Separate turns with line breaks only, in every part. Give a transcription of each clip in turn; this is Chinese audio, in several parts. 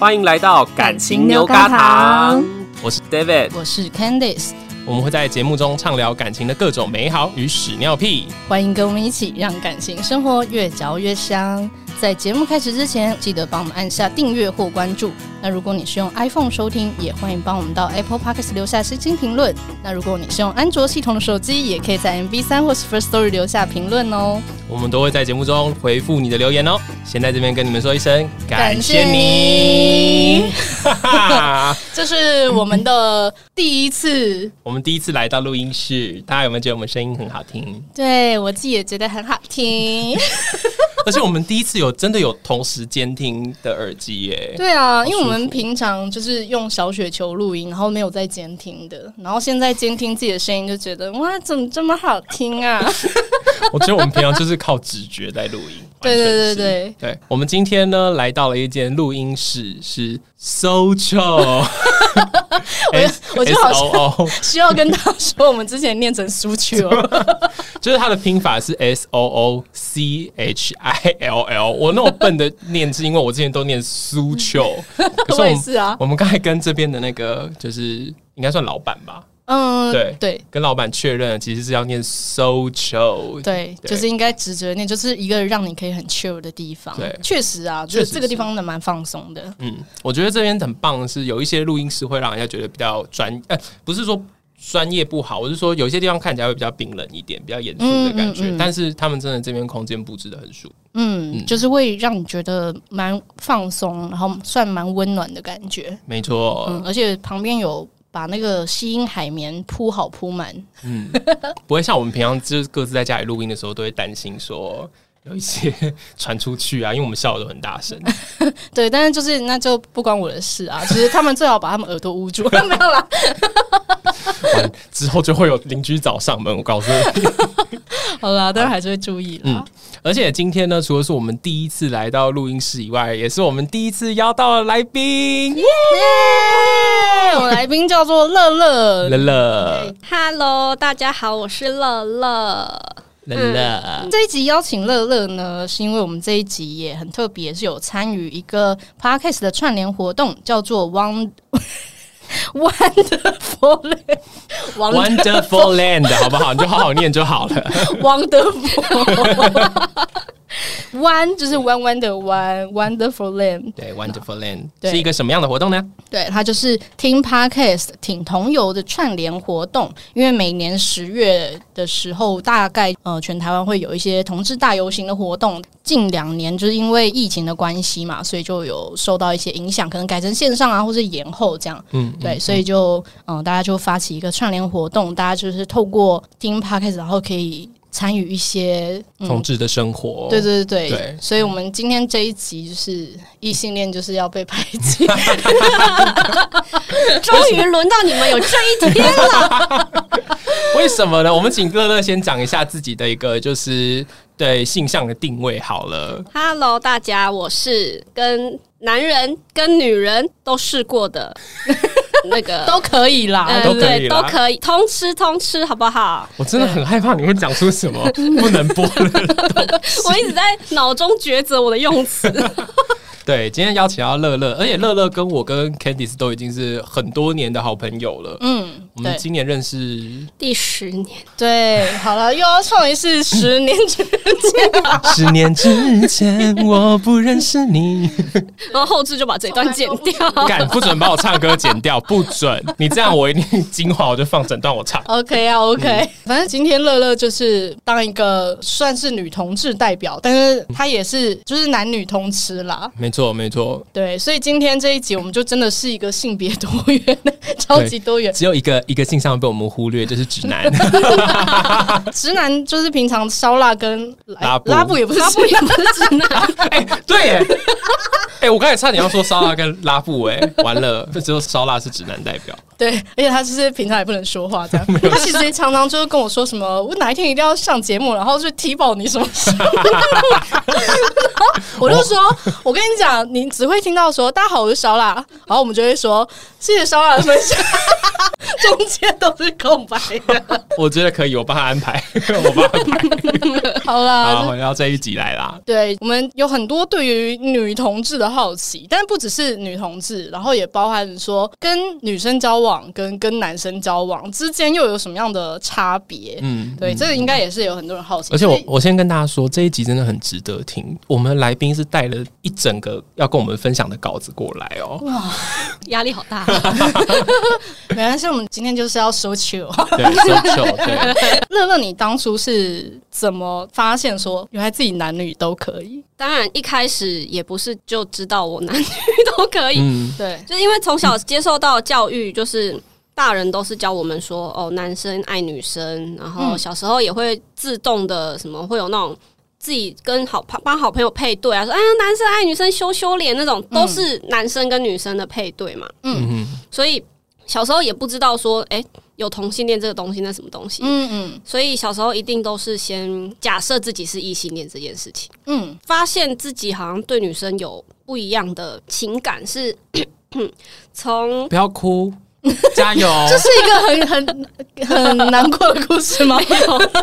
欢迎来到感情牛轧糖，我是 David，
我是 Candice，
我们会在节目中畅聊感情的各种美好与屎尿屁。
欢迎跟我们一起让感情生活越嚼越香。在节目开始之前，记得帮我们按下订阅或关注。那如果你是用 iPhone 收听，也欢迎帮我们到 Apple Podcast 留下星星评论。那如果你是用安卓系统的手机，也可以在 MV 三或是 First Story 留下评论哦。
我们都会在节目中回复你的留言哦。先在这边跟你们说一声，
感
谢
谢
你
你。
哈哈，
这是我们的第一次，
我们第一次来到录音室，大家有没有觉得我们声音很好听？
对我自己也觉得很好听。
而且我们第一次有真的有同时监听的耳机耶。
对啊，因为我
舒
们
服
平常就是用小雪球录音，然后没有在监听的，然后现在监听自己的声音，就觉得哇，怎么这么好听 啊？
我觉得我们平常就是靠直觉在录音。
对对
完全是
对对
对，我们今天呢来到了一间录音室，是 Socho，
我我就好像
O，
需要跟他说，我们之前念成苏 曲哦，
就是它的拼法是 S O O C H I L L。我那种笨的念是因为我之前都念苏 秋，可
我也
们
是啊。
我们刚才跟这边的那个就是应该算老板吧，
嗯，
对
对
跟老板确认了其实是要念 Socho，
对，
对
就是应该直觉念，就是一个让你可以很 chill 的地方
对。
确实啊，
确
就
实
是这个地方的蛮放松的。
嗯，我觉得这边很棒的是，有一些录音师会让人家觉得比较专，呃，不是说专业不好，我是说有一些地方看起来会比较冰冷一点，比较严肃的感觉。
嗯嗯嗯
但是他们真的这边空间布置的很舒服。
嗯，就是会让你觉得蛮放松，然后算蛮温暖的感觉。
没错，
嗯，而且旁边有把那个吸音海绵铺好铺满，
不会像我们平常就是各自在家里录音的时候，都会担心说有一些传出去啊，因为我们笑的都很大 声。
对，但是就是那就不关我的事啊。其实他们最好把他们耳朵捂住， 没有啦。
完之后就会有邻居找上门，我告诉你。
好啦，但是还是会注意啦。
而且今天呢，除了是我们第一次来到录音室以外，也是我们第一次邀到了来宾
耶！我来宾叫做乐乐，
乐乐
Hello，大家好，我是乐乐。
乐乐。
这一集邀请乐乐呢，是因为我们这一集也很特别，是有参与一个 podcast 的串联活动，叫做 One Wonderful Wonder
Wonderful Land，好不好？你就好好念就好了。
Wonderful 弯就是弯弯的弯，Wonderful Land。
对，Wonderful Land
对
是一个什么样的活动呢？
对，它就是听 Podcast 挺同游的串联活动，因为每年十月的时候，大概呃全台湾会有一些同志大游行的活动。近两年就是因为疫情的关系嘛，所以就有受到一些影响，可能改成线上啊，或是延后这样。
嗯，
对，所以就嗯、呃大家就发起一个串联活动，大家就是透过听 Podcast，然后可以参与一些、嗯、
同志的生活，
对对对
对
所以我们今天这一集就是异性恋就是要被排挤，
终于轮到你们有这一天，
为什么呢？我们请乐乐先讲一下自己的一个就是对性向的定位好了。
Hello，大家，我是跟男人跟女人都试过 的那个，
都可以啦。
呃
都可以
对
啦
都可以，通吃通吃，好不 好？
我真的很害怕你会讲出什 么不能播的。
我一直在脑中抉择我的用 词。
对，今天邀请到乐乐，而且乐乐跟我跟 Candice 都已经是很多年的好朋友了。
嗯，
我们
对
今年认识
第十年，
对，好了，又要创一次十年 之间了。
十年之前，我不认识你。
然后后置就把这一段剪掉。
敢不准把我唱歌剪掉，不准！你这样我一定 精华我就放整段我唱。
OK 啊，OK，、反
嗯
正今天乐乐就是当一个算是女同志代表，但是她也是就是男女通吃啦。
没错，没错，
对，所以今天这一集我们就真的是一个性别多元， 超级多元。
只有一个一个性上被我们忽略，就是直男。
直男就是平常烧腊跟
拉布
拉布也不是
他不也不是 直男，
哎、对 耶，哎、我刚才差点要说烧腊跟拉布，哎，完了，只有烧腊是直男代表。
对，而且他就是平常也不能说话，这样。他其实常常就是跟我说什 么，我哪一天一定要上节目，然后就踢爆你什么事。我就说，我跟你讲，你只会听到说“大家好，我是小喇”，然后我们就会说“谢谢小喇的分享”，中间都是空白的。
我觉得可以，我帮他安排， 我帮他安排。
好啦，
好，回到这一集来啦。
对我们有很多对于女同志的好奇，但不只是女同志，然后也包含说跟女生交往跟跟男生交往之间又有什么样的差别？
嗯，
对，这个应该也是有很多人好奇。
而且
所
我
以
我先跟大家说，这一集真的很值得听。我们来宾是带了一整个要跟我们分享的稿子过来哦。
哇，
压力好大。
原来是我们今天就是要收球。
对，收球，对，
乐乐，你当初是怎么发现说原来自己男女都可以？
当然一开始也不是就知道我男女都可以，
嗯，
对，
就是因为从小接受到的教育，就是大人都是教我们说，哦，男生爱女生，然后
嗯
小时候也会自动的什么会有那种。自己跟好朋帮好朋友配对啊，说哎呀男生爱女生羞羞脸那种，都是男生跟女生的配对嘛，
嗯哼，
所以小时候也不知道说哎、有同性恋这个东西，那什么东西，
嗯嗯
所以小时候一定都是先假设自己是异性恋这件事情。
嗯
发现自己好像对女生有不一样的情感， 是从
不要哭，加油！
这是一个很 很很难过的故事吗？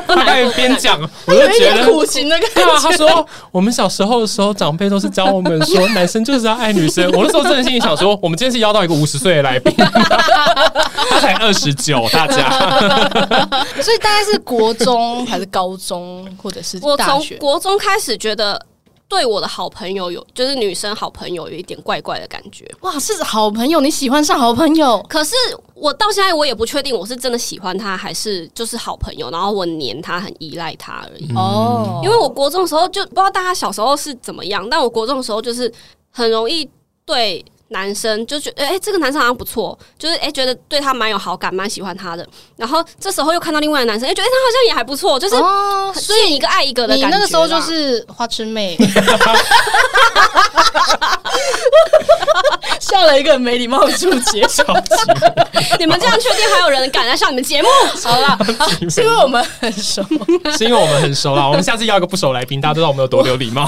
他在边讲， 我就
有一
觉
点
得
苦行的感
对
觉。
啊，他说我们小时候的时候，长辈都是教我们说，男生就是要爱女生。我那时候真的心里想说，我们今天是邀到一个五十岁的来宾，他才二十九，大家
所以大概是国中还是高中，或者是
我
大
从
学？
国中开始觉得对我的好朋友有，就是女生好朋友有一点怪怪的感觉。
哇，是好朋友，你喜欢上好朋友，
可是我到现在我也不确定我是真的喜欢她，还是就是好朋友，然后我黏她，很依赖她而已。
嗯
哦，
因为我国中的时候就不知道大家小时候是怎么样，但我国中的时候就是很容易对男生就觉得，哎、这个男生好像不错，就是哎、诶觉得对他蛮有好感，蛮喜欢他的。然后这时候又看到另外的男生，哎、觉得诶他好像也还不错，就是
哦，
所以一个爱一个的感
你
觉啦。
那个时候就是花痴 妹，下了一个没礼貌的注解。
超级
你们这样确定还有人敢来上你们 节目？
好啦，是因为我们很熟，
是因为我们很熟啦。我们下次邀一个不熟来宾，大家都知道我们有多有礼貌。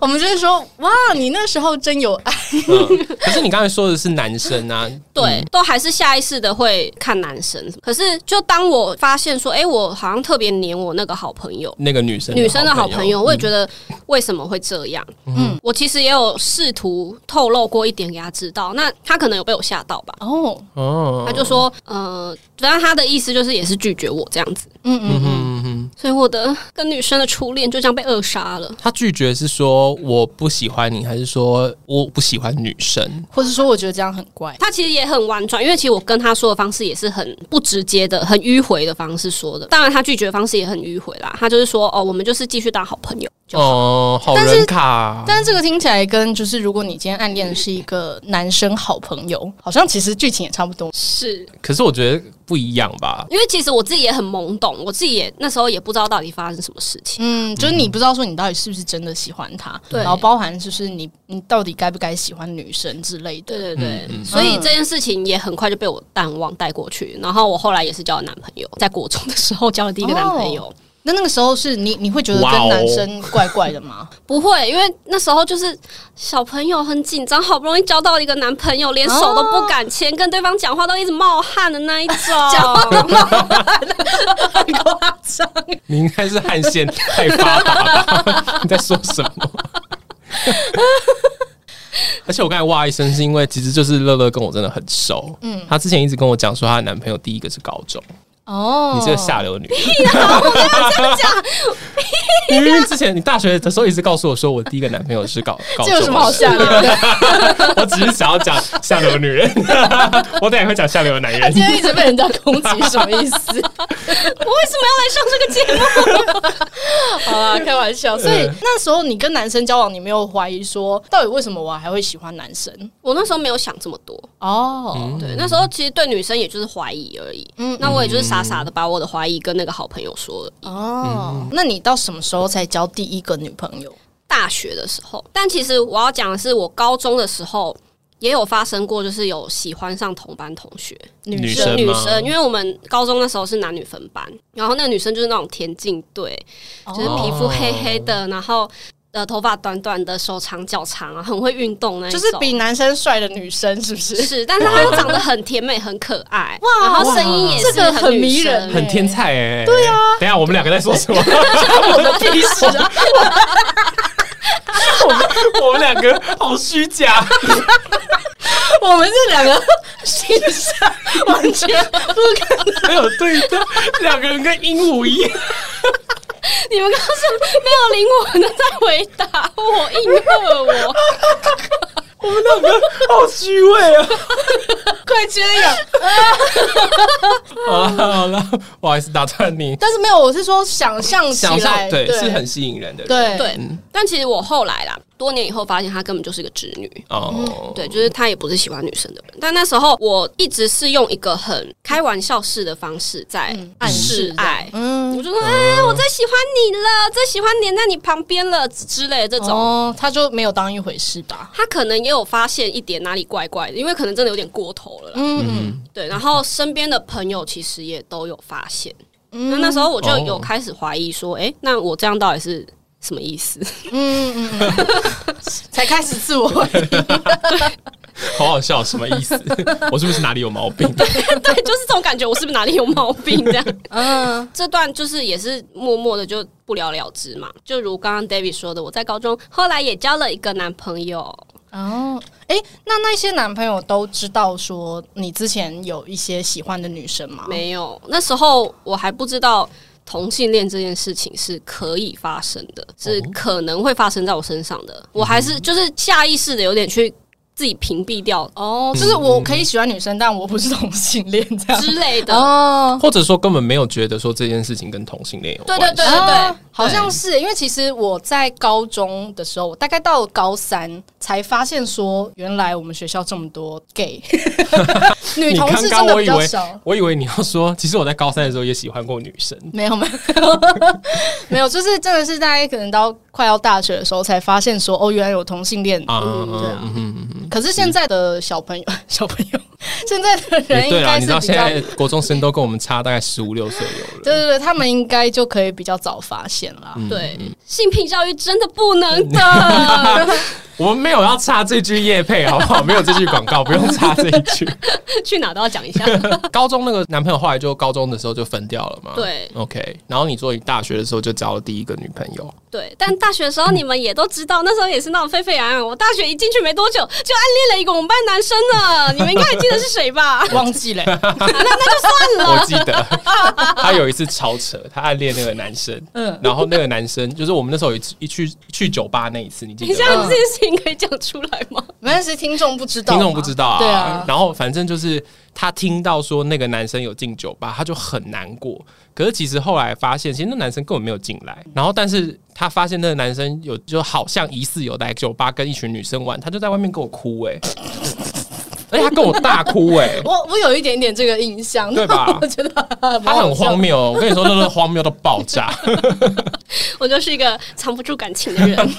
我们就是说，哇，你那时候真有爱，
嗯，可是你刚才说的是男生啊，
对，都还是下意识的会看男生。可是就当我发现说，哎、我好像特别黏我那个好朋友，
那个女生
女生的好朋友，我也觉
得
得为什么会这样？
嗯
嗯，我其实也有试图透露过一点给他知道，那他可能有被我吓到吧。
哦，
哦
他就说，呃，反正他的意思就是也是拒绝我这样子，
嗯嗯嗯，
嗯哼，
所以我的跟女生的初恋就这样被扼杀了。
他拒绝是说我不喜欢你，还是说我不喜欢女生？
或者说我觉得这样很怪，
他其实也很婉转，因为其实我跟他说的方式也是很不直接的、很迂回的方式说的。当然，他拒绝的方式也很迂回啦。他就是说，哦，我们就是继续当好朋友。就好
哦，好
但是
人卡，
但是这个听起来跟就是如果你今天暗恋的是一个男生好朋友，好像其实剧情也差不多。
是
可是我觉得不一样吧。
因为其实我自己也很懵懂，我自己也那时候也不知道到底发生什么事情。
嗯，就是你不知道说你到底是不是真的喜欢他，
嗯对
然后包含就是你你到底该不该喜欢女生之类的。
对对对，
嗯嗯
所以这件事情也很快就被我淡忘带过去。然后我后来也是交了男朋友，在国中的时候交了第
哦
一个男朋友，
那那个时候是你你会觉得
哇
跟
哦
男生怪怪的吗？
不会，因为那时候就是小朋友很紧张，好不容易交到一个男朋友，连手都不敢牵，跟对方讲话都一直冒汗的那 一种。
你应该是汗腺太发达 吧？你在说什么？而且我刚才哇一声，是因为其实就是乐乐跟我真的很熟。嗯，她之前一直跟我讲说，她的男朋友第一个是高中，
哦啊
你这个下流女人！ 因为之前你大学的时候一直告诉我说，我第一个男朋友是高高中
这有什么好
的时
下流 的？
候，我只是想要讲下流女人， 我等一下会讲下流的男人
今。天一直被人家攻击，什么意 思？
我为什么要来上这个节目？
好啦，开玩笑。所以
嗯
那时候你跟男生交往，你没有怀疑说到底为什么我还会喜欢男生？
我那时候没有想这么多，
哦，
嗯
对，那时候其实对女生也就是怀疑而已。
嗯
嗯，那我也就是傻傻的把我的怀疑跟那个好朋友说了。
嗯
哦，那你到什么时候才交第一个女朋友？
大学的时候，但其实我要讲的是，我高中的时候也有发生过，就是有喜欢上同班同学。
女
是
生
女
吗
生，因为我们高中那时候是男女
哦
分班，然后那个女生就是那种田径队，就是皮肤黑黑的，然后。呃头发短短的，手长脚长啊，很会运动那一
就
种。
是比男生帅的女生是不是？
是，但是她又长得很甜美，很可爱，
哇
然后声音也是
这个很
女
迷
生
人
很天才哎、对呀、等一下我们两个在说什么？
啊我的屁事啊！
我们 我们两个好虚假，
我们这两个形象完全不可能。
没有对的，两个人跟鹦鹉一样。
你们刚刚是没有灵魂的在回答我，应和我。
哎
我们两个好虚伪啊！
快接一 个！
好了好了，不好意思打断你。
但是没有，我是说想象起
想
来，
象对是很吸引人的人嗯
对
对，但其实我后来啦，多年以后发现她根本就是个直女。
嗯
哦，
对，就是她也不是喜欢女生的人，但那时候我一直是用一个很开玩笑式的方式在
嗯
暗
示
示爱，
嗯
我就说，哎、我最喜欢你了，最喜欢黏在你旁边了之类的这种。
哦，他就没有当一回事吧？
他可能也有发现一点哪里怪怪的，因为可能真的有点过头了啦。
嗯
对，然后身边的朋友其实也都有发现。
嗯
那那时候我就
哦
有开始怀疑说，哎、那我这样到底是什么意思？
嗯嗯嗯， 才开始自我怀疑。
好好笑，什么意 思？我是不是哪里有毛病？
对，就是这种感觉，我是不是哪里有毛病？这样，
嗯，
这段就是也是默默的就不了了之嘛。就如刚刚 David 说的，我在高中后来也交了一个男朋友，
哦，哎，那那些男朋友都知道说你之前有一些喜欢的女生吗？
没有，那时候我还不知道同性恋这件事情是可以发生的，是
哦
可能会发生在我身上
嗯
的。我还是就是下意识的有点去自己屏蔽掉
哦，就是我可以喜欢女生，但我不是同性恋这样。
之类的。
哦，
或者说根本没有觉得说这件事情跟同性恋有关
对
系？
对对对对
啊，好像是因为其实我在高中的时候，我大概到了高三才发现说，原来我们学校这么多 gay 女
你
同
刚
志
刚
真的
我
比
以
较
为
少。
我以为你要说，其实我在高三的时候也喜欢过女生。
没有没有 没有，就是真的是大概可能到快要大学的时候才发现说，哦，原来有同性恋。
啊，
对啊
嗯嗯嗯
可是现在的小朋友， 小朋友，现在的人
也
应
对啊，
该
你
是
知道
比
现
较，
在国中生都跟我们差大概十五六岁有了。
对对对，他们应该就可以比较早发现啦。
嗯
对，性平教育真的不能的，
我们没有要插这句叶配，好不好？没有这句广告，不用插这一句。
去哪都要讲一下。
高中那个男朋友后来就高中的时候就分掉了嘛。
对
，OK。然后你做大学的时候就交了第一个女朋友，
对，但大学的时候你们也都知道，那时候也是闹得沸沸扬扬。我大学一进去没多久，就暗恋了一个我们班男生呢，你们应该还记得是 谁吧？
忘记 了、啊
我记得 他有一次超扯，他暗恋那个男生，
嗯
嗯，然后那个男生就是我们那时候有一次一去去酒吧那一次，你记
你
得
现
吗？
在这件事情可以讲出来吗？
没关系，听众不知道嘛，
听众不知道啊，
对啊，
然后反正就是他听到说那个男生有进酒吧，他就很难过。可是其实后来发现，其实那男生根本没有进来。然后，但是他发现那个男生有，就好像疑似有来酒吧跟一群女生玩，他就在外面跟我哭哎、 而且他跟我大哭哎、
我我有一点点这个印象，
对吧
但我觉得
他很荒。谬哦，我跟你说，那是荒谬到爆 炸。
我就是一个藏不住感情的人，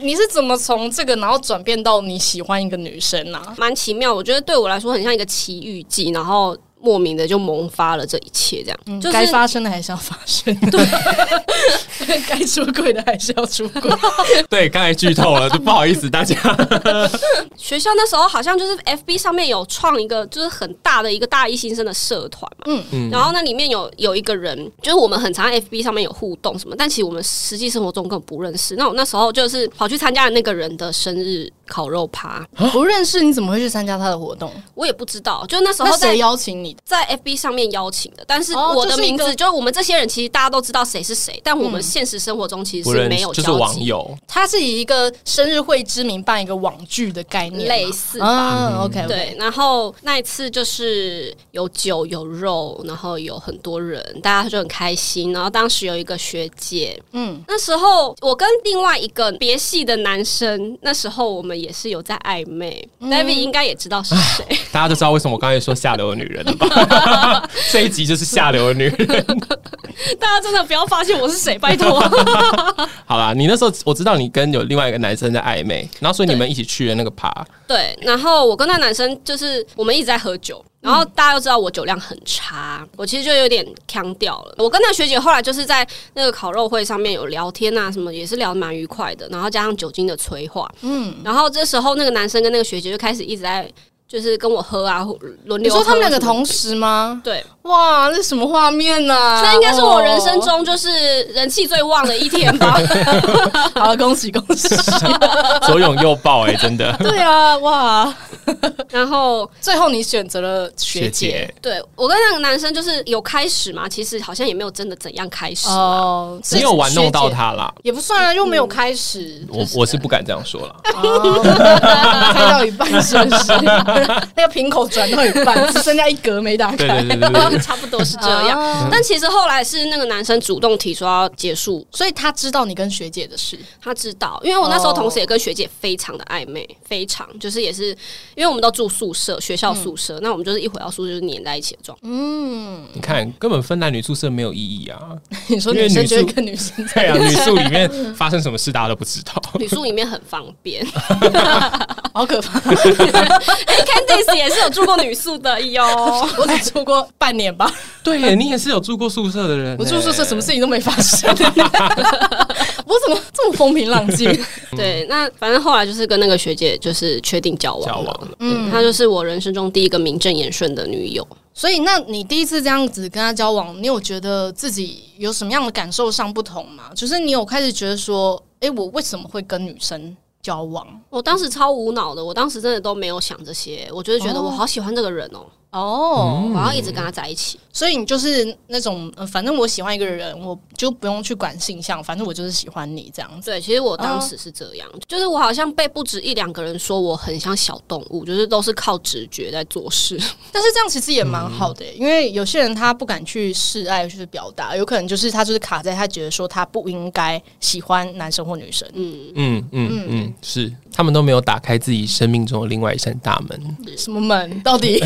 你是怎么从这个然后转变到你喜欢一个女生啊？
蛮奇妙。我觉得对我来说很像一个奇遇记，然后莫名的就萌发了这一切，这样、就是
嗯该发生的还是要发生，对， 该出轨的还是要出轨。
啊
对，刚才剧透了，就不好意思大 家。
学校那时候好像就是 FB 上面有创一个就是很大的一个大一新生的社团嘛，
嗯
嗯，然后那里面有有一个人，就是我们很常在 FB 上面有互动什么，但其实我们实际生活中根本不认识。那我那时候就是跑去参加了那个人的生日烤肉趴，
不认识你怎么会去参加他的活动？
我也不知道，就那时
那
候在
谁邀请你的？
在 FB 上面邀请的，但是
哦
我的
就是一
名
个嗯
字、就是我们这些人其实大家都知道谁是谁，但我们现实生活中其实
不
是
认
没
识
有
就是
交
网
集，
友，
他是以一个生日会之名办一个网剧的概念吗，
类似
嗯，OK，
对，，然后那一次就是有酒有肉，然后有很多人，大家就很开心。然后当时有一个学姐，
嗯，
那时候我跟另外一个别系的男生，那时候我们也是有在暧昧。David 应该也知道是谁，
大家就知道为什么我刚才说下流的女人了吧？吧？ 这一集就是下流的女人。
大家真的不要发现我是谁，拜托。
好啦，你那时候我知道你跟有另外一个男生在暧昧，然后所以你们一起去了那个趴，
对，然后我跟那男生就是我们一直在喝酒，然后大家都知道我酒量很差，我其实就有点腔掉了。我跟那学姐后来就是在那个烤肉会上面有聊天啊，什么也是聊得蛮愉快的，然后加上酒精的催化，嗯，然后这时候那个男生跟那个学姐就开始一直在就是跟我喝啊，轮
你
流。
说他们两个？同时吗？
对，啊
哇，那什么画面呐、啊？
那应该是我人生中就是人气最旺的一天吧。
哦， 好，恭喜恭喜！
左拥右抱、哎，真的。
对啊，哇！
然后
最后你选择了学
学姐
对我跟那个男生就是有开始嘛，其实好像也没有真的怎样开始。
哦，是
你有玩弄到
学姐
他啦，
也不算啊，又没有开始。
我我是不敢这样说啦。
哦开到一半是 不是？那个 瓶口转到一半，只剩下一格没打
对
开
对。对对对，
差不多是这样。
啊
但其实后来是那个男生主动提出要结束，
所以他知道你跟学姐的事，
他知道，因为我那时候
哦
同时也跟学姐非常的暧昧，非常就是也是因为我们都住宿舍，学校宿舍，那我们就是一回到宿舍就是黏在一起的状态。
你看根本分男女宿舍没有意义啊。
你说女生就会跟女生在
对啊，女宿里面发生什么事大家都不知 道。
女宿里面很方便
好可怕。
，Candice 也是有住过女宿的哟。
我只住过半年 吧，
对耶，你也是有住过宿舍的人耶。欸
我住宿舍什么事情都没发生， 我怎么这么风平浪 静？
对，那反正后来就是跟那个学姐就是确定交往了，
交往了
嗯，她就是我人生中第一个名正言顺的女友。
所以，那你第一次这样子跟他交往，你有觉得自己有什么样的感受上不同吗？就是你有开始觉得说，诶，我为什么会跟女生交往？
我当时超无脑的，我当时真的都没有想这些，我就是觉得
哦
我好喜欢这个人哦、
哦、
我要一直跟他在一起。
所以你就是那种、呃，反正我喜欢一个人，我就不用去管性向，反正我就是喜欢你这样子。
对，其实我当时是这样，就是我好像被不止一两个人说我很像小动物，就是都是靠直觉在做事。
但是这样其实也蛮好
嗯
的、欸因为有些人他不敢去示爱，去表达，有可能就是他就是卡在他觉得说他不应该喜欢男生或女生。
嗯，
嗯嗯嗯，是他们都没有打开自己生命中的另外一扇大门，
什么门？到底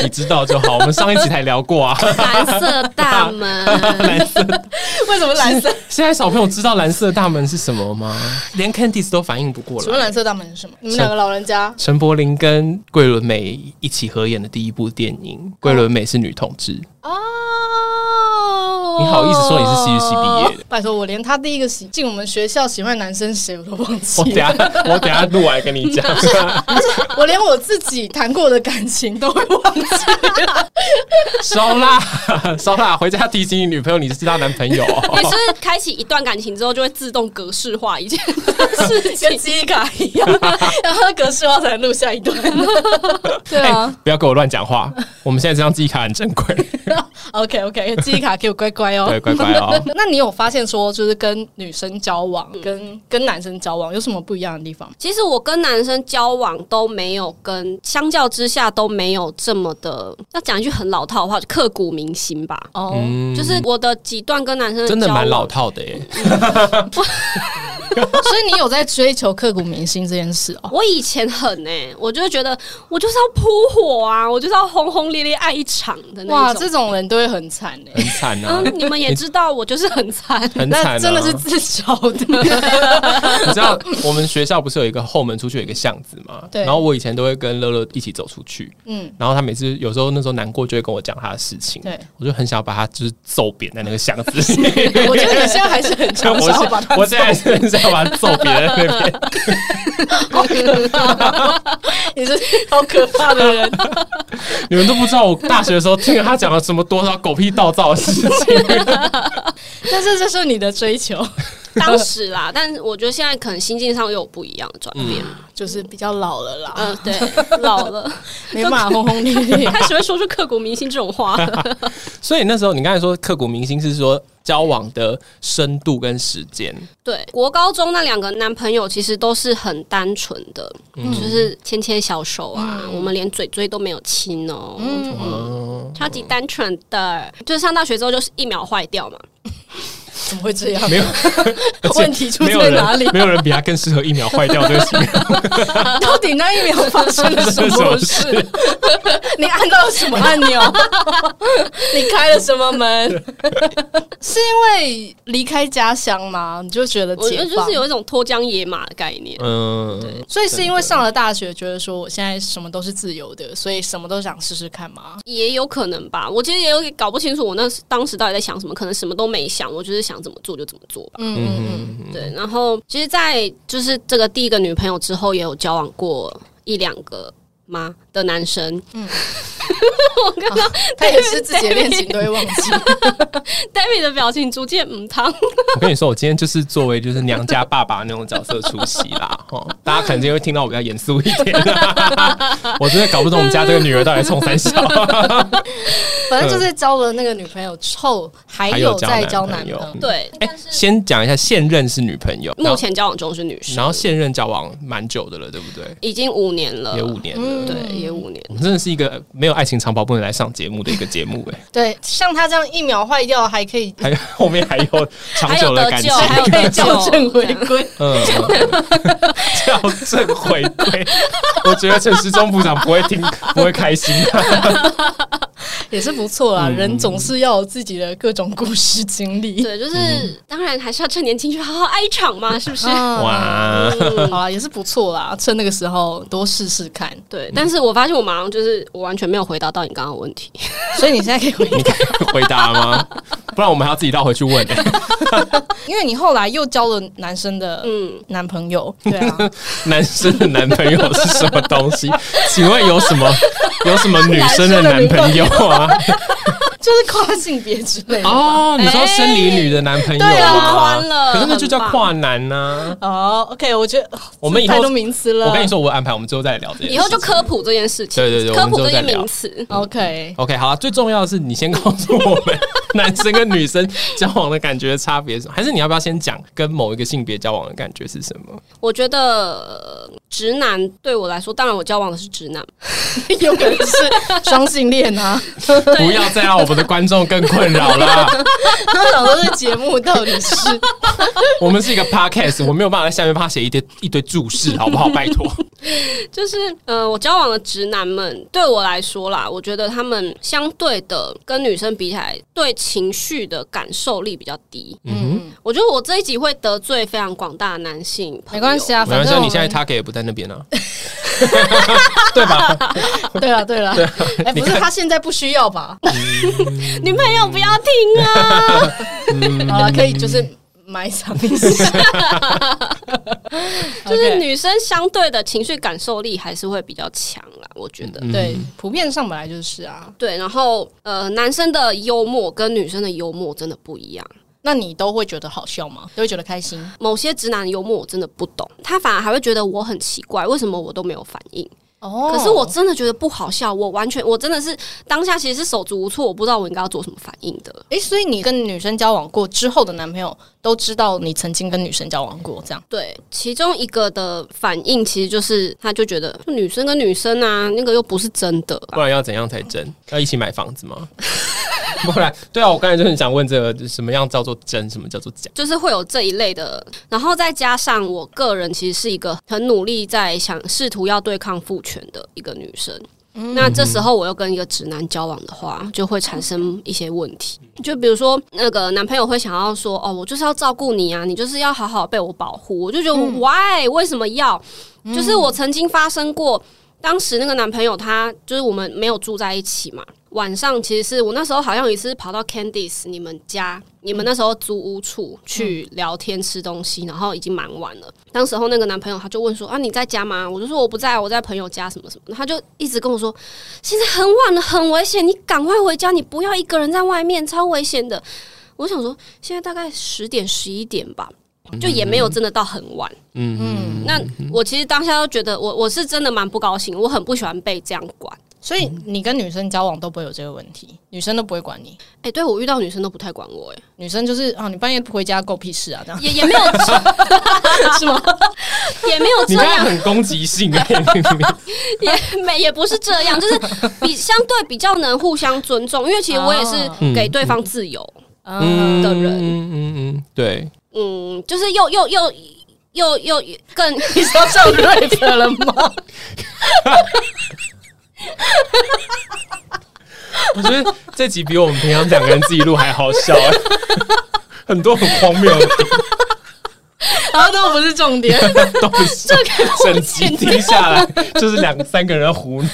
你知道就好。我们上一集才聊过啊，
蓝色大门，
为什么蓝 色？
现在小朋友知道蓝色大门是什么吗？连 Candice 都反应不过
请问
来。
蓝色大门是什么？你们两个老人家
陈柏霖跟桂纶镁一起合演的第一部电影，桂纶镁是女同志，
哦
你好意思说你是戏剧系 毕业的？
拜托，我连他第一个喜进我们学校喜欢的男生谁我都忘记
我等
了，
下我等下录完跟你讲。
我连我自己谈过的感情都会忘记。
烧腊，烧腊，回家提醒你女朋友你是她男朋友、
你是不是开启一段感情之后就会自动格式化一件事
跟
情？
记忆卡一样，然后格式化才能录下一段。对啊、
不要给我乱讲话，我们现在这张记忆卡很珍贵，
o k OK，记忆卡给我乖乖哦嗯
对，。乖乖哦。
那你有发现说，就是跟女生交往跟跟男生交往有什么不一样的地方吗？
其实我跟男生交往都没有跟，相较之下都没有这么的。要讲一句很老套的话，就刻骨铭心吧。
哦、
嗯
就是我的几段跟男生
真的
交
蛮
往
老套的耶，
哦所以你有在追求刻骨铭心这件事哦。
我以前很呢、我就觉得我就是要扑火啊，我就是要轰轰烈烈爱一场的那
哇，
一种。
这种人都会很惨哎、
很惨啊，
嗯，你们也知道，我就是很惨。
很惨、
那
啊。
真的是自找 的。
你知道我们学校不是有一个后门出去有一个巷子吗？
对
然后我以前都会跟乐乐一起走出去，
嗯
嗯，然后他每次有时候那时候难过就会跟我讲他的事情，
对，
我就很想把他就是揍扁在那个巷子里。
我觉得你现在还是很
就
常
我
想要把
是
他
我现在是想把他揍扁在那边。
你是好可怕的人，
你们都不知道我大学的时候听了他讲了什么多少狗屁道灶的事 情。
但是这是你的追求，
当时啦，但我觉得现在可能心境上又有不一样的转变。
就是比较老了啦，
嗯、对，老了，
没办法轰轰烈烈。
开始会说出刻骨铭心这 种话。
所以那时候你刚才说刻骨铭心是说交往的深度跟时间，
对，国高中那两个男朋友其实都是很单纯的，
嗯
就是牵牵小手啊，我们连嘴嘴都没有亲哦，嗯嗯，超级单纯的。就是上大学之后，就是一秒坏掉嘛。
怎么会这样？
没有而且
问题出
没有
在
人
哪里？
没有人比他更适合疫苗坏掉 这个形容。
到底那一秒发生了什么事？你按到了什么按 钮？你开了什么门？ 是因为离开家乡吗？你就觉得
我觉
解
得
放？
就是有一种脱缰野马的概念。
嗯，
所以是因为上了大学，觉得说我现在什么都是自由的，所以什么都想试试看嘛。
也有可能吧，我其实也有搞不清楚我那时当时到底在想什么，可能什么都没想，我就是想怎么做就怎么做吧。
嗯嗯嗯，
对，然后其实，在就是这个第一个女朋友之后，也有交往过一两个吗的男 生。
他也是自己的恋情都会忘记。
David 的表情逐渐嗯汤，
我跟你说，我今天就是作为就是娘家爸爸那种角色出席啦。 哦，大家肯定会听到我比较严肃一点、 我真的搞不懂我们家这个女儿到底冲 三小。
反正就是交了那个女朋友后，还
还
有
有
在交
交
男
男
朋
朋友
友。
对，
哎、先讲一下现任是女朋友，然
目
后
前交往中是女生，
然后现任交往蛮久的了，对不对？
已经五年了，
也五年嗯了。
呃嗯对，也五年。
我们真的是一个没有爱情长跑不能来上节目的一个节目哎、
对，像他这样一秒坏掉，还可以
还有 后面还有长
还
久
有
的
得
感
救，
情，
还有
可以
得救，
校正回
这样
归。
嗯， 校正回归，我觉得陈时中部长不会 听，不会开心啊的、
也是不错
嗯
啦，人总是要有自己的各种故事经历。
对，就是、
嗯
当然还是要趁年轻去好好哀一场嘛，是 不是？
哇，
哇，
啊好啦，也是不错啦，趁那个时候多试试看。
对，但是我发现我马上就是我完全没有回答到你刚刚的问题，
所以你现在可以回
你可以回答吗？不然我们还要自己绕回去问、欸。
因为你后来又交了男生的
嗯，
男朋友，对啊，
男生的男朋友是什么东 西？请问有什么有什么女生的男朋友 啊？
哎
就是跨性别之类的。
哦，你说生理女的男朋友
哎对啊
吗
宽了
可是那就叫
很棒
跨男呐、
哦，OK，我觉得
我们以后
太多名词了。
我跟你说，我安排，我们之后再聊这件事
以后就科普这件事情，
对对对
科普
我
这
们之
些
后再聊
名词。
，OK，
OK，好了，啊最重要的是你先告诉我们男生跟女生交往的感觉的差别是什么，还是你要不要先讲跟某一个性别交往的感觉是什么？
我觉得呃直男对我来说，当然我交往的是直男，
有可能是双性恋啊。
不要再让我们的观众更困扰啦！
他想说这节目到底是
我们是一个 podcast，我没有办法在下面帮他写一堆一堆注释，好不好？拜托，
就是呃，我交往的直男们对我来说啦，我觉得他们相对的跟女生比起来，对情绪的感受力比较低。
嗯
我觉得我这一集会得罪非常广大的男性 朋
没
友，
关系
啊。
啊，
哼，没关
反
系
正
啊，
我
你
们
现在 target 也不在那边啊，对吧？
对了 对了，哎，
啊你
不是
看
他现在不需要吧？
女朋友不要 听啊！
好了，可以就是埋藏一 下，
就是
女
女生相对的情绪感受力还是会比较强啦，我觉得。
嗯
对，普遍上本来就是啊。
对，然后呃，男生的幽默跟女生的幽默真的不一样。
那你都会觉得好笑吗？都会觉得开心？
某些直男的幽默我真的不懂，他反而还会觉得我很奇怪，为什么我都没有反应？
哦
可是我真的觉得不好笑，我完全我真的是当下其实是手足无措，我不知道我应该要做什么反应的。
哎、所以你跟女生交往过之后的男朋友都知道你曾经跟女生交往过，这样
对，其中一个的反应其实就是，他就觉得女生跟女生啊，那个又不是真的、啊
不。然要怎样才真？要一起买房子吗？不然，对啊，我刚才就很想问这个，就是什么样叫做真，什么叫做假？
就是会有这一类的，然后再加上我个人其实是一个很努力在想试图要对抗父权的一个女生。那这时候我又跟一个直男交往的话，就会产生一些问题。就比如说，那个男朋友会想要说：“哦，我就是要照顾你啊，你就是要好好被我保护。”我就觉得、why 为什么要？就是我曾经发生过，当时那个男朋友他就是我们没有住在一起嘛。晚上其实是我那时候好像有一次跑到 Candice 你们家，你们那时候租屋处去聊天吃东西，然后已经蛮晚了。当时候那个男朋友他就问说啊你在家吗？我就说我不在，我在朋友家什么什么。他就一直跟我说现在很晚了，很危险，你赶快回家，你不要一个人在外面，超危险的。我想说现在大概十点十一点吧，就也没有真的到很晚。
嗯，
那我其实当下都觉得我我是真的蛮不高兴，我很不喜欢被这样管。
所以你跟女生交往都不会有这个问题，女生都不会管你，
哎、对我遇到女生都不太管我、哎，
女生就是啊，你半夜不回家够屁事啊，这样
也也没有
是吗？
也没有这
你刚才
样，
很攻击性 哎、
也没也不是这样，就是比相对比较能互相尊重，因为其实我也是
哦
给对方自由。
嗯，
的人
嗯嗯嗯，对，
嗯，就是又又又又又更
你说上瑞克了吗？
我觉得这集比我们平常两个人自己录还好笑、 欸，很多很荒谬的
然后都不是重 点，
东西，整集听下来就是两三个人胡闹。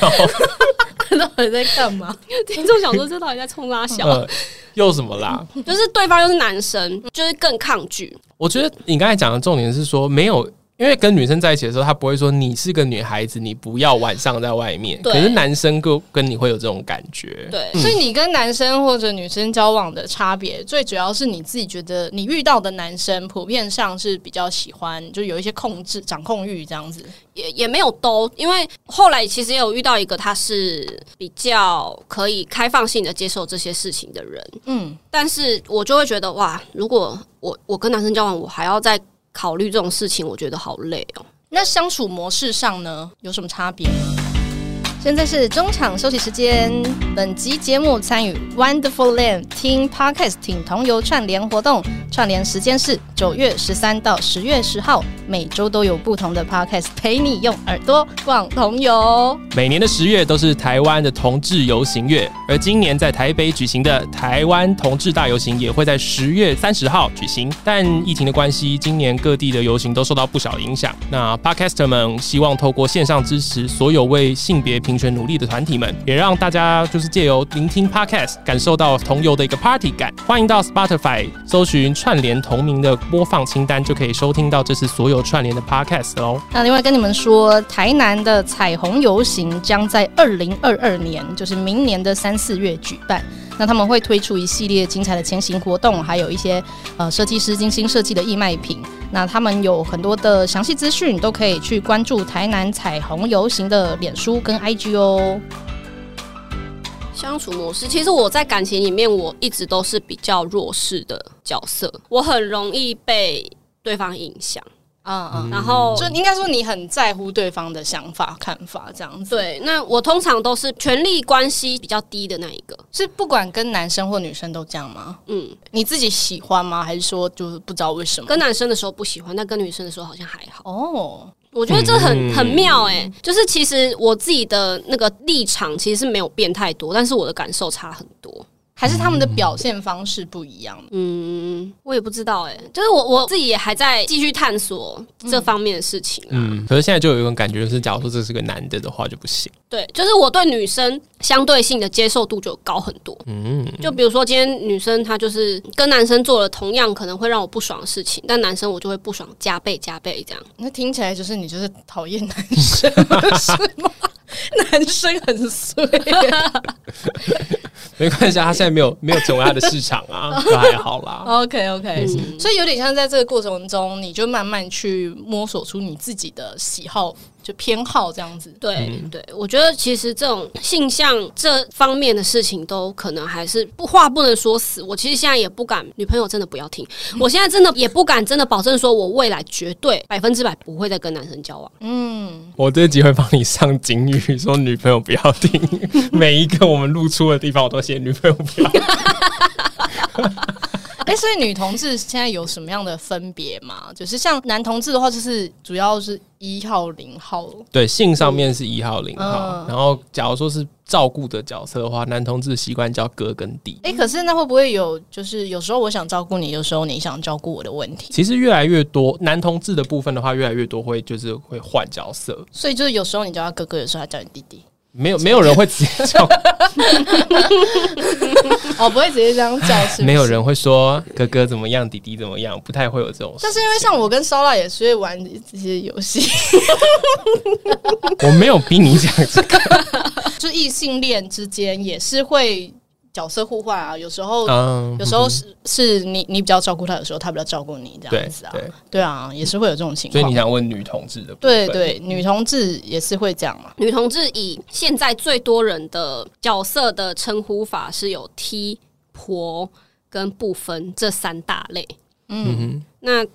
到底在干嘛？
听众想说这到底在冲拉小，
呃，又什么啦？
就是对方又是男生，就是更抗拒。
我觉得你刚才讲的重点是说没有。因为跟女生在一起的时候，他不会说你是个女孩子，你不要晚上在外面。
对
可是男生跟跟你会有这种感觉。
对，
所以你跟男生或者女生交往的差别，最主要是你自己觉得你遇到的男生普遍上是比较喜欢，就有一些控制、掌控欲这样子。
也也没有都，因为后来其实也有遇到一个他是比较可以开放性的接受这些事情的人，
嗯，
但是我就会觉得哇，如果我我跟男生交往，我还要再考虑这种事情，我觉得好累哦。
那相处模式上呢，有什么差别吗？现在是中场休息时间。本集节目参与 Wonderful Land 听 Podcast 挺同游串联活动，串联时间是九月十三到十月十号，每周都有不同的 Podcast 陪你用耳朵逛同游。
每年的十月都是台湾的同志游行月，而今年在台北举行的台湾同志大游行也会在十月三十号举行。但疫情的关系，今年各地的游行都受到不小影响。那 Podcaster 们希望透过线上支持所有为性别平权努力的团体们，也让大家就是借由聆听 Podcast 感受到同游的一个 Party 感。欢迎到 Spotify 搜寻串联同名的播放清单，就可以收听到这次所有串联的 Podcast 哦。
那另外跟你们说，台南的彩虹游行将在二零二二年，就是明年的三四月举办。那他们会推出一系列精彩的前行活动，还有一些呃设计师精心设计的义卖品。那他们有很多的详细资讯，都可以去关注台南彩虹游行的脸书跟 IG 哦。
相处模式，其实我在感情里面，我一直都是比较弱势的角色，我很容易被对方影响，
嗯
嗯
嗯，
然后
就应该说你很在乎对方的想法、看法这样子。，
对，那我通常都是权力关系比较低的那一个，
是不管跟男生或女生都这样吗？
嗯，
你自己喜欢吗？还是说就是不知道为什么？
跟男生的时候不喜欢，但跟女生的时候好像还好。
哦，
我觉得这
嗯
很很妙哎、就是其实我自己的那个立场其实是没有变太多，但是我的感受差很多。
还是他们的表现方式不一样。
嗯，我也不知道哎、就是我我自己也还在继续探索这方面的事情啊。
嗯，可是现在就有一种感觉，就是假如说这是个男的的话就不行。
对，就是我对女生相对性的接受度就高很多。
嗯，
就比如说，今天女生她就是跟男生做了同样可能会让我不爽的事情，但男生我就会不爽加倍加倍这样。
那听起来就是你就是讨厌男生，是吗？ 男生很 衰，
没关系，啊，他现在没有没有成为他的市场 啊，就还好啦。
OK OK，、
嗯
所以有点像在这个过程中，你就慢慢去摸索出你自己的喜好，就偏好这样子。
对对，我觉得其实这种性向这方面的事情，都可能还是不话不能说死。我其实现在也不敢，女朋友真的不要听，我现在真的也不敢真的保证说我未来绝对百分之百不会再跟男生交往。
嗯，
我这集会帮你上警语，说女朋友不要听。每一个我们露出的地方，我都写女朋友不要听。
啊
哎、所以女同志现在有什么样的分别吗？就是像男同志的话，就是主要是一号、零号，
对，性上面是一号零号，
嗯
然后假如说是照顾的角色的话，男同志习惯叫哥跟弟。
嗯
哎、可是那会不会有，就是有时候我想照顾你，有时候你想照顾我的问题？
其实越来越多男同志的部分的话，越来越多会就是会换角色，
所以就是有时候你叫他哥哥，有时候他叫你弟弟。
没有没有人会直接叫，
哦，不会直接这样叫，是不是
没有。人会说哥哥怎么样，弟弟怎么样，不太会有这种事。
但是因为像我跟烧腊也是会玩这些游戏，
我没有逼你讲这个，
就异性恋之间也是会角色互换啊。有时候，
嗯
有时候是是你你比较照顾他，有时候他比较照顾你，这样子啊。
嗯对对
对啊，也是会有这种情
所以你
况。
想问女同志的部
对
分？
对，女同志也是会这样嘛。
女同志以现在最多人的角色的称呼法是有 T 婆跟不分这三大类。
嗯，
嗯
那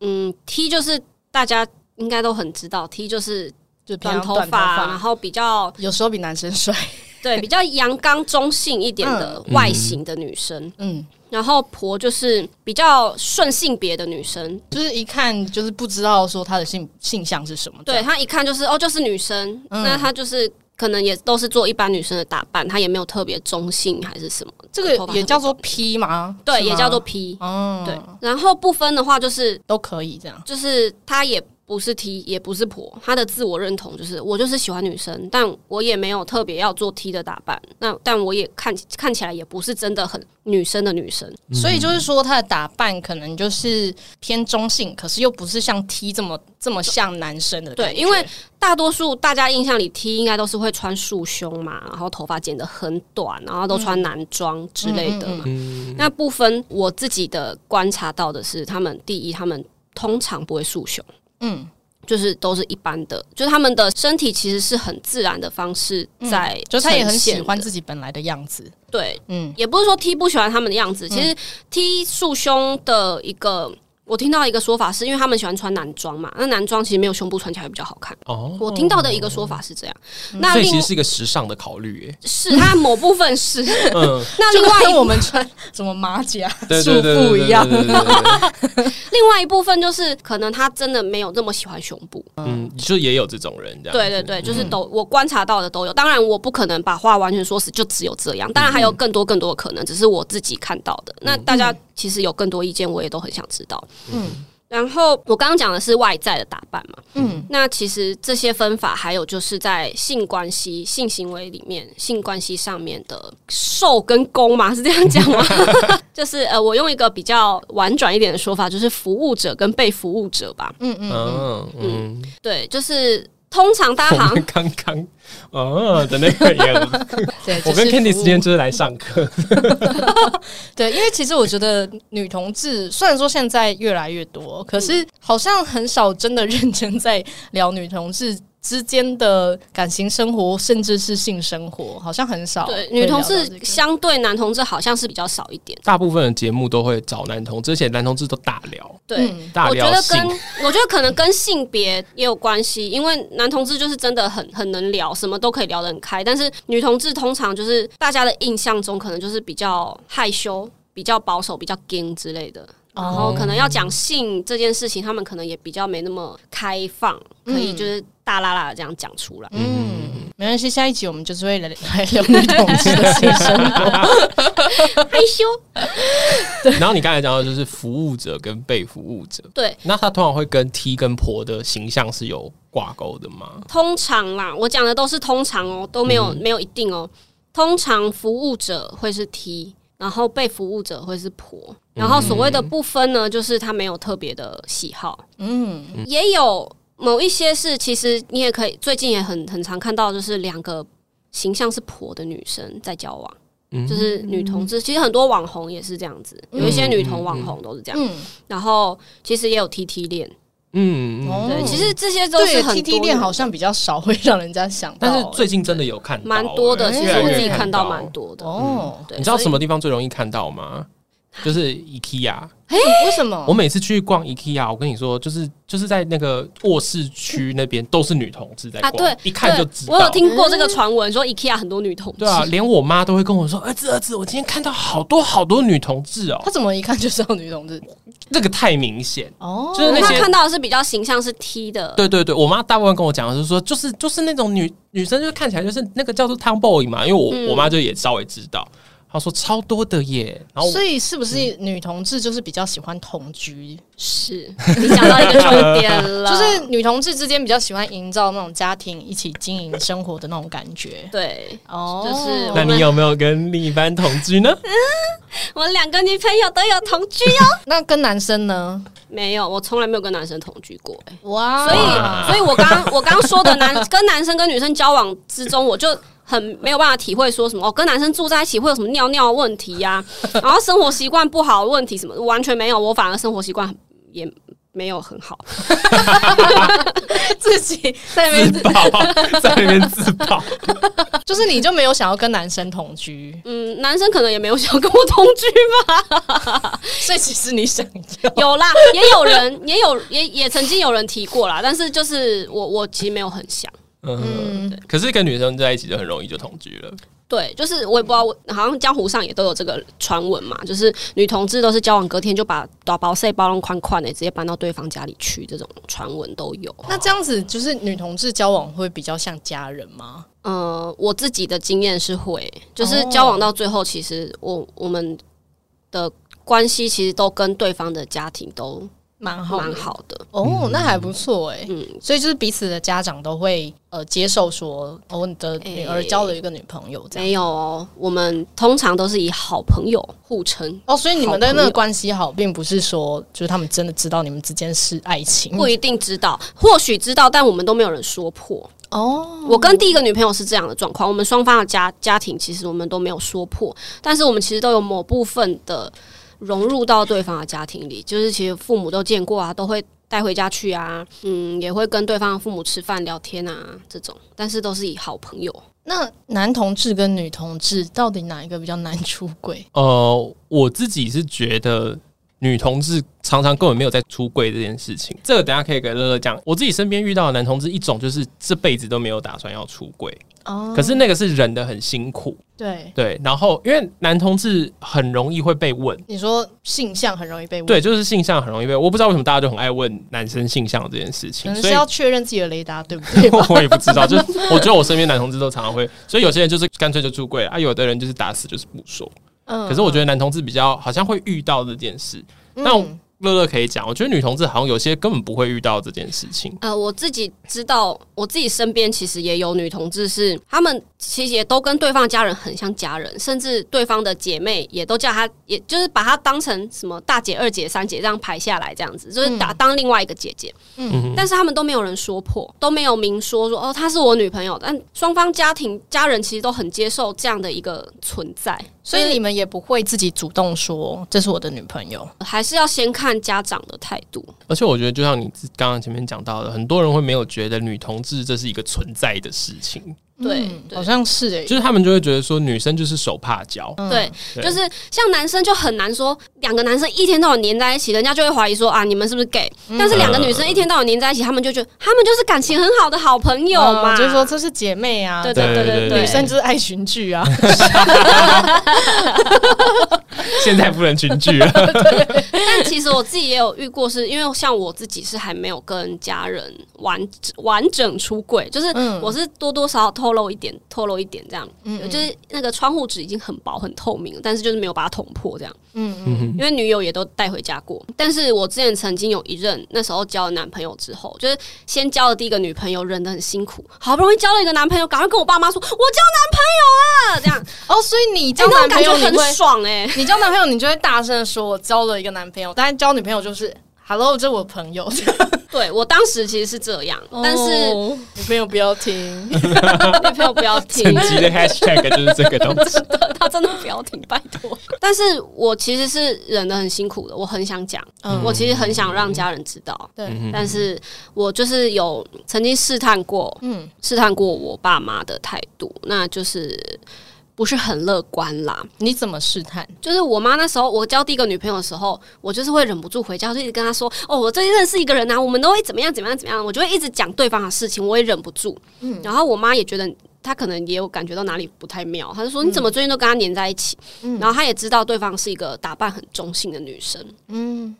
嗯，T 就是大家应该都很知道，T 就是
就平
短
常
头
短头
发，然
发，
后比较
有时候比男生帅。
对比较阳刚中性一点的外形的女生，
嗯，
然后婆就是比较顺性别的女生，
就是一看就是不知道说她的性性向是什么。
对，她一看就是哦，就是女生，
嗯
那她就是可能也都是做一般女生的打扮，她也没有特别中性还是什么，
这
头发
个也
很
叫做 P 吗？
对，
是吗
也叫做 P，
哦，
对，然后不分的话就是
都可以这样。
就是她也不是 T，也不是婆，她的自我认同就是我就是喜欢女生，但我也没有特别要做 T 的打扮，那但我也看看起来也不是真的很女生的女生，
所以就是说，她的打扮可能就是偏中性，可是又不是像 T 这么这么像男生的感觉。
对因为大多数大家印象里 T 应该都是会穿束胸嘛，然后头发剪得很短，然后都穿男装之类的嘛。
嗯，
那不分我自己的观察到的是，他们第一，他们通常不会束胸，
嗯，
就是都是一般的，就是他们的身体其实是很自然的方式在、
嗯就是她也很喜欢
己，
自己本来的样子。
对，
嗯
也不是说 T 不喜欢他们的样子，其实 T 束胸的一个。我听到一个说法是，因为他们喜欢穿男装嘛，那男装其实没有胸部穿起来会比较好看。
哦，
我听到的一个说法是这样，那
所以
另
其实是一个时尚的考虑，
是它某部分是，
哎，嗯，
那
就
另外
跟
一
我们穿什么马甲
对
束
对对对
缚一样
对，对对对对对
另外一部分就是，可能他真的没有那么喜欢胸部。
嗯，就也有这种人这样，
对对对，就是
嗯
都我观察到的都有。当然，我不可能把话完全说死，就只有这样。当
嗯
然还有更多更多的可能，只是我自己看到的。那大家其实有更多意见，我也都很想知道。
嗯
然后我刚刚讲的是外在的打扮嘛，
嗯
那其实这些分法还有就是在性关系、性行为里面、性关系上面的受跟攻嘛，是这样讲吗？ 就是呃，我用一个比较婉转一点的说法，就是服务者跟被服务者吧。
嗯嗯嗯，
嗯嗯，
对，就是通常大家
我
好
们
像
刚刚哦的那个 人，
对。
我
就
跟
是
Candy
服
之
务
间就是来上课，
对，因为其实我觉得女同志虽然说现在越来越多，可是好像很少真的认真在聊女同志之间的感情生活，甚至是性生活，好像很少会聊
对
到这个。
女同志相对男同志好像是比较少一点。
大部分的节目都会找男同志，而且男同志都大聊，
对，
嗯
大
我觉
聊
得
性
跟， 我觉得可能跟性别也有关系，因为男同志就是真的很很能聊，什么都可以聊得很开，但是女同志通常就是大家的印象中可能就是比较害羞、比较保守、比较 gay 之类的。然
哦
后可能要讲性这件事情，他们可能也比较没那么开放，可以就是大啦啦的这样讲出来。
嗯，没关系，下一集我们就是会来来聊女同志的性生 活。
害羞，
然后你刚才讲到就是服务者跟被服务者，
对，
那他通常会跟 T 跟婆的形象是有挂钩的吗？
通常啦，我讲的都是通常哦，都没有、没有一定哦。通常服务者会是 T，然后被服务者会是婆，然后所谓的不分呢，就是他没有特别的喜好，
嗯，
也有某一些是其实你也可以最近也很很常看到，就是两个形象是婆的女生在交往，
嗯
就是女同志，其实很多网红也是这样子，有一些女同网红都是这样，
嗯，
然后其实也有 TT 恋，
嗯，嗯
哦
对，其实这些都是
对
很
，T
多
T 恋好像比较少会让人家想到
但
欸，
是最近真的有看到
蛮多的，
欸
其实
越来
我
越
自己看到
到
蛮多的。
哦，
对，
你知道
所以
什么地方最容易看到吗？就是 IKEA，
为什么？
我每次去逛 IKEA，我跟你说，就是就是在那个卧室区那边都是女同志在
啊？
逛，
对，
一看就
对
知道。
我有听过这
嗯
个传闻，说 IKEA 很多女同志。
对啊，连我妈都会跟我说：“哎儿子，儿子，我今天看到好多好多女同志哦
他，怎么一看就知道女同志？
这个太明显。
哦，
就是那
他
些
看到的是比较形象是 T 的，”
对对对，我妈大部分跟我讲的是说，就是就是那种女女生，就是看起来就是那个叫做 tomboy 嘛，因为我、
嗯
我妈就也稍微知道，她说超多的耶。然后我
所以是不是女同志就是比较喜欢同居？
是你讲到一个重点 了，
就是女同志之间比较喜欢营造那种家庭一起经营生活的那种感觉。
对
哦
就是
那
我
你
们
有没有跟另一半同居 呢？
我两个女朋友都有同居哦。
那跟男生呢？
没有，我从来没有跟男生同居过、欸
哇
所
哇
以，所以我刚我刚说的男跟男生跟女生交往之中，我就。很没有办法体会说什么哦，跟男生住在一起会有什么尿尿的问题呀、然后生活习惯不好的问题什么的完全没有，我反而生活习惯很也没有很好。
自己在那
自
边，
爆， 在那边自爆。
就是你就没有想要跟男生同居，
嗯，男生可能也没有想要跟我同居吧。
所以其实你想要。
有啦，也有人，也有也也曾经有人提过啦，但是就是我我其实没有很想。
嗯，
嗯，
可是跟女生在一起就很容易就同居了。
对，就是我也不知道，我
嗯
好像江湖上也都有这个传闻嘛，就是女同志都是交往隔天就把打包塞包弄宽宽的，直接搬到对方家里去，这种传闻都有。
那这样子就是女同志交往会比较像家人吗？
呃，我自己的经验是会，就是
哦
交往到最后，其实我我们的关系其实都跟对方的家庭都
蛮好，
蛮。好的。
嗯
哦，那还不错哎、
嗯，
所以就是彼此的家长都会呃接受说，哦，你的女儿交了一个女朋友这样。
没有哦，我们通常都是以好朋友互称，
哦，所以你们的
好
那
朋
个
友
关系好，并不是说就是他们真的知道你们之间是爱情
不一定知道，或许知道，但我们都没有人说破。
哦。
我跟第一个女朋友是这样的状况，我们双方的家家庭其实我们都没有说破，但是我们其实都有某部分的融入到对方的家庭里，就是其实父母都见过啊，都会带回家去啊，嗯，也会跟对方的父母吃饭聊天啊这种，但是都是以好朋友。
那男同志跟女同志到底哪一个比较难出轨？
呃，我自己是觉得女同志常常根本没有在出柜这件事情，这个等一下可以给乐乐讲。我自己身边遇到的男同志，一种就是这辈子都没有打算要出柜，
哦
可是那个是忍的很辛苦，
对
对。然后因为男同志很容易会被问。
你说性向很容易被问，
对，就是性向很容易被，我不知道为什么大家就很爱问男生性向这件事
可
情，
能
所以？
是要确认自己的雷达对不对
我也不知道，就是我觉得我身边男同志都常常会，所以有些人就是干脆就出柜了啊，有的人就是打死就是不说。
嗯
可是我觉得男同志比较好像会遇到这件事，那我
嗯
乐乐可以讲，我觉得女同志好像有些根本不会遇到这件事情。
呃，我自己知道，我自己身边其实也有女同志是，她们其实也都跟对方家人很像家人，甚至对方的姐妹也都叫她，也就是把她当成什么大姐、二姐、三姐这样排下来，这样子就是打、当另外一个姐姐。
嗯，
但是他们都没有人说破，都没有明说说哦，她是我女朋友，但双方家庭家人其实都很接受这样的一个存在，
所以你们也不会自己主动说这是我的女朋友，
还是要先看家长的态度。
而且我觉得就像你自刚刚前面讲到的，很多人会没有觉得女同志这是一个存在的事情，
对
嗯
对
好像是诶、
就是他们就会觉得说女生就是手帕脚，
嗯
对，
对
就是像男生就很难说，两个男生一天到晚黏在一起，人家就会怀疑说啊，你们是不是 gay？、但是两个女生一天到晚黏在一起，他们就觉得他们就是感情很好的好朋友
嗯
嘛，
就是说这是姐妹啊，
对
对
对
对
对
对
女
对
生就是爱群聚啊，
现在不能群聚 了。
但其实我自己也有遇过是，因为像我自己是还没有跟家人完完整出柜，就是
嗯
我是多多少少透露一点，透露一点这样，
嗯嗯
就是那个窗户纸已经很薄很透明了，但是就是没有把它捅破这样。
嗯嗯，
嗯
因为女友也都带回家过。但是我之前曾经有一任，那时候交了男朋友之后，就是先交了第一个女朋友，忍得很辛苦，好不容易交了一个男朋友，赶快跟我爸妈说，我交男朋友啦，这样，
哦，所以你
这
交
样
男
感
朋
觉
友你
很
会，
爽哎、
你交男朋友你就会大声的说我交了一个男朋友，但是交女朋友就是 hello 这我朋友，
对我当时其实是这样， 但是
哦女朋友不要听，
女朋友不要
整
听，
集的 hashtag 就是这个东西，
她真的不要听，拜托。 但是我其实是忍得很辛苦的，我很想讲，
嗯
我其实很想让家人知道。
对，
嗯
但是我就是有曾经试探过，
嗯
试探过我爸妈的态度，那就是不是很乐观啦。
你怎么试探？
就是我妈那时候，我交第一个女朋友的时候，我就是会忍不住回家，就一直跟她说：“哦，我最近认识一个人啊，我们都会怎么样怎么样怎么样。”我就会一直讲对方的事情，我也忍不住。
嗯
然后我妈也觉得。她可能也有感觉到哪里不太妙，她就说：“你
嗯
怎么最近都跟她黏在一起？”然后她也知道对方是一个打扮很中性的女生，
嗯，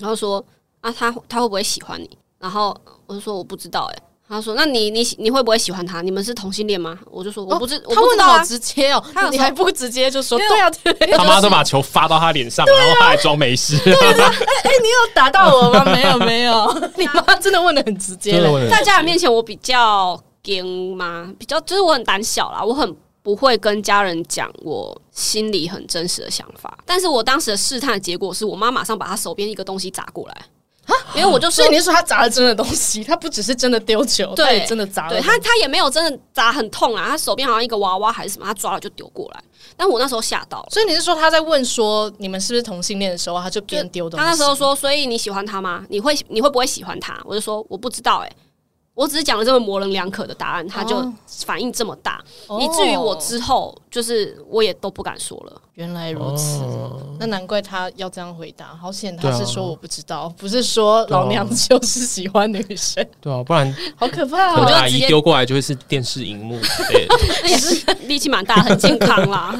然后说啊，他他会不会喜欢你？然后我就说我不知道、欸，哎，他说那你你喜你会不会喜欢他？你们是同性恋吗？我就说我不知、我
他
不
哦问的
知道
好
啊，
直接哦
他有，
你
说
还不直接就说
因为
对啊， 对，啊
他妈都把球发到他脸上，然后他还装没事，
哎有打到我吗？没有没有， 你妈真的问的很直接
真的
嘞。
问
在家人面前我比较硬嘛，比较就是我很胆小啦，我很。不会跟家人讲我心里很真实的想法，但是我当时的试探的结果是我妈马上把她手边一个东西砸过来，
啊
因为我就
所
说
以你是说他砸了真的东西，他不只是真的丢球，
对
他哦也真的砸了。
对他，他也没有真的砸很痛啊，他手边好像一个娃娃还是什么，他抓了就丢过来，但我那时候吓到了。
所以你是说他在问说你们是不是同性恋的时候，他就
就
边丢东西？
他那时候说，所以你喜欢他吗？你会你会不会喜欢他？我就说我不知道、欸，我只是讲了这么模棱两可的答案，他就
哦
反应这么大，
哦，
以至于我之后就是我也都不敢说了。
原来如此。
哦
那难怪他要这样回答，好险
对
他
啊
是说我不知道，不是说老娘就是喜欢女生，
对啊，不然
好可怕
可能
哦！
阿
直
姨
接
丢过来就会是电视荧 幕之类的。
那也是力气蛮大，很健康啦。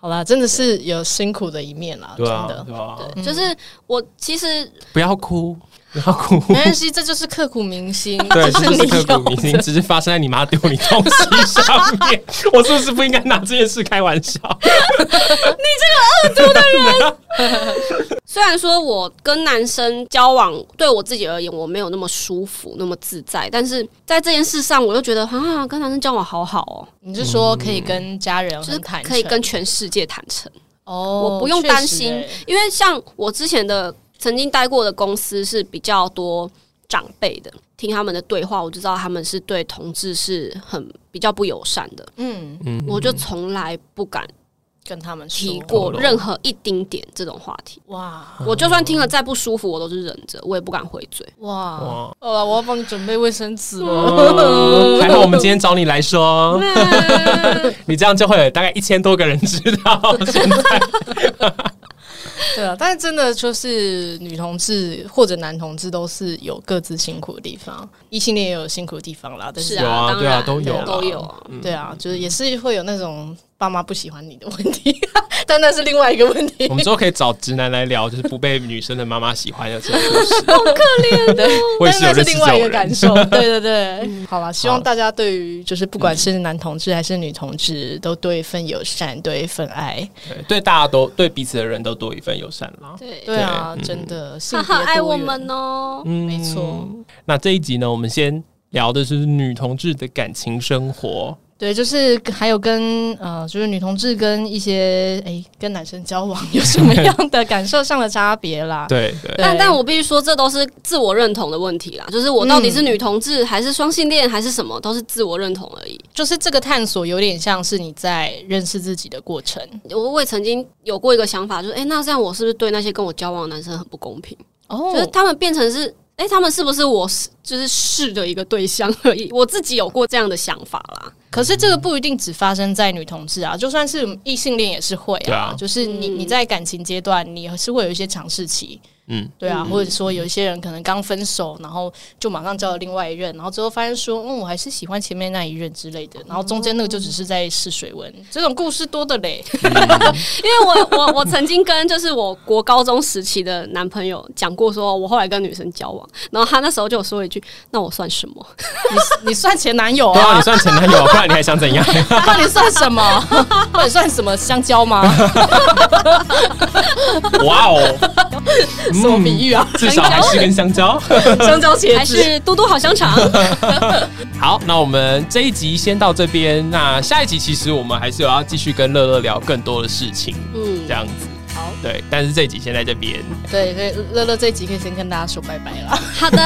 好啦，真的是有辛苦的一面啦，
对啊
真的，
对啊，
嗯
就是我其实
不要哭，不要 哭。
没关系，这就是刻骨铭心，
对，这就是
你
刻骨铭
有
心，
的。
只是发生在你妈丢你东西上面。 我是不是不应该拿这件事开玩笑？
虽然说我跟男生交往对我自己而言我没有那么舒服、那么自在，但是在这件事上，我就觉得啊，跟男生交往好好哦、
你是说可以
嗯
跟家人
就是
哦很坦诚，
可以跟全世界坦诚，
哦，
我不用担心
确实欸
因为像我之前的曾经待过的公司是比较多长辈的，听他们的对话，我就知道他们是对同志是很比较不友善的，
嗯，
我就从来不敢
跟他们说
提过
哦
任何一丁点这种话题。
哇
我就算听了再不舒服，我都是忍着，我也不敢回嘴。
哇，
哇
好了，我要帮你准备卫生纸了。哦
嗯还好我们今天找你来 说，
嗯
你这样就会有大概一千多个人知道。
对啊，但是真的就是女同志或者男同志都是有各自辛苦的地方，异性恋也有辛苦的地方啦。但是，
是
有啊
当
对啊
然
都有啊
都有啊。
对啊，就是也是会有那种爸妈不喜欢你的问题， 但那是另外一个问 题
我。们之后可以找直男来聊，就是不被女生的妈妈喜欢的这种故事。
对，
我也
但
是
是
有认
那是
识
另
这
外一个
种
感
人。
受。对对
嗯
对，好啦，希望
好
大家对于就是不管是男同志还是女同志，都多一份友善，多一份爱。
对，对大家都对彼此的人都多一份友善啦。
对，
对啊，
对嗯
真的，性
他
别
很爱
多
我
元
们哦。
嗯
没错。
那这一集呢，我们先聊的是女同志的感情生活。
对，就是还有跟呃，就是女同志跟一些诶跟男生交往有什么样的感受上的差别啦？
对对
对
但但我必须说，这都是自我认同的问题啦。就是我到底
嗯
是女同志，还是双性恋，还是什么，都是自我认同而已。
就是这个探索有点像是你在认识自己的过程
我我也曾经有过一个想法，就是哎、诶那这样我是不是对那些跟我交往的男生很不公平？
哦
就是他们变成是，哎、他们是不是我是就是试的一个对象而已？我自己有过这样的想法啦。
可是这个不一定只发生在女同志啊，就算是异性恋也是会
对
啊。
啊
就是你
嗯
你在感情阶段，你还是会有一些尝试期，
嗯，
对啊，
嗯
或者说有一些人可能刚分手，然后就马上交了另外一任，然后之后发现说，嗯，我还是喜欢前面那一任之类
哦
的，然后中间那个就只是在试水温，这种故事多的嘞。
因为我我我曾经跟就是我国高中时期的男朋友讲过说我后来跟女生交往，然后他那时候就有说一句：“那我算什么？”
你 你算前男 友
对啊，
啊
你？算前男友，不然你还想 怎样？
那你算什么？ 那你算什么香 蕉吗？
嗯哇哦，
什么比喻啊？
至少还是根香 蕉。
香蕉茄
还
子。
是嘟嘟好香 肠。
好，那我们这一集先到这边。那下一集其实我们还是有要继续跟乐乐聊更多的事情，
嗯
这，样子。
好，
对，但是这一集先在这边。
对，所以乐乐这一集可以先跟大家说拜拜啦。
好的，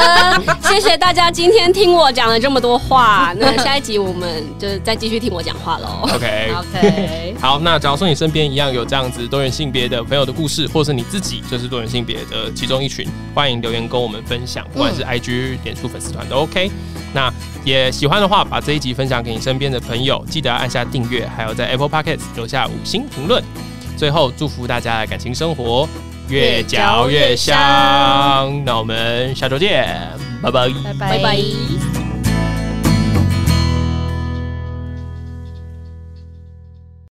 谢谢大家今天听我讲了这么多话。那下一集我们就再继续听我讲话喽。
OK。
OK，
好，那假如说你身边一样有这样子多元性别的朋友的故事，或是你自己就是多元性别的其中一群，欢迎留言跟我们分享，不管是 IG、脸书粉丝团都 OK。那也喜欢的话，把这一集分享给你身边的朋友，记得要按下订阅，还有在 Apple Podcast 留下五星评论。最后，祝福大家的感情生活越嚼越香。那我们下周见，拜拜
拜拜
拜拜。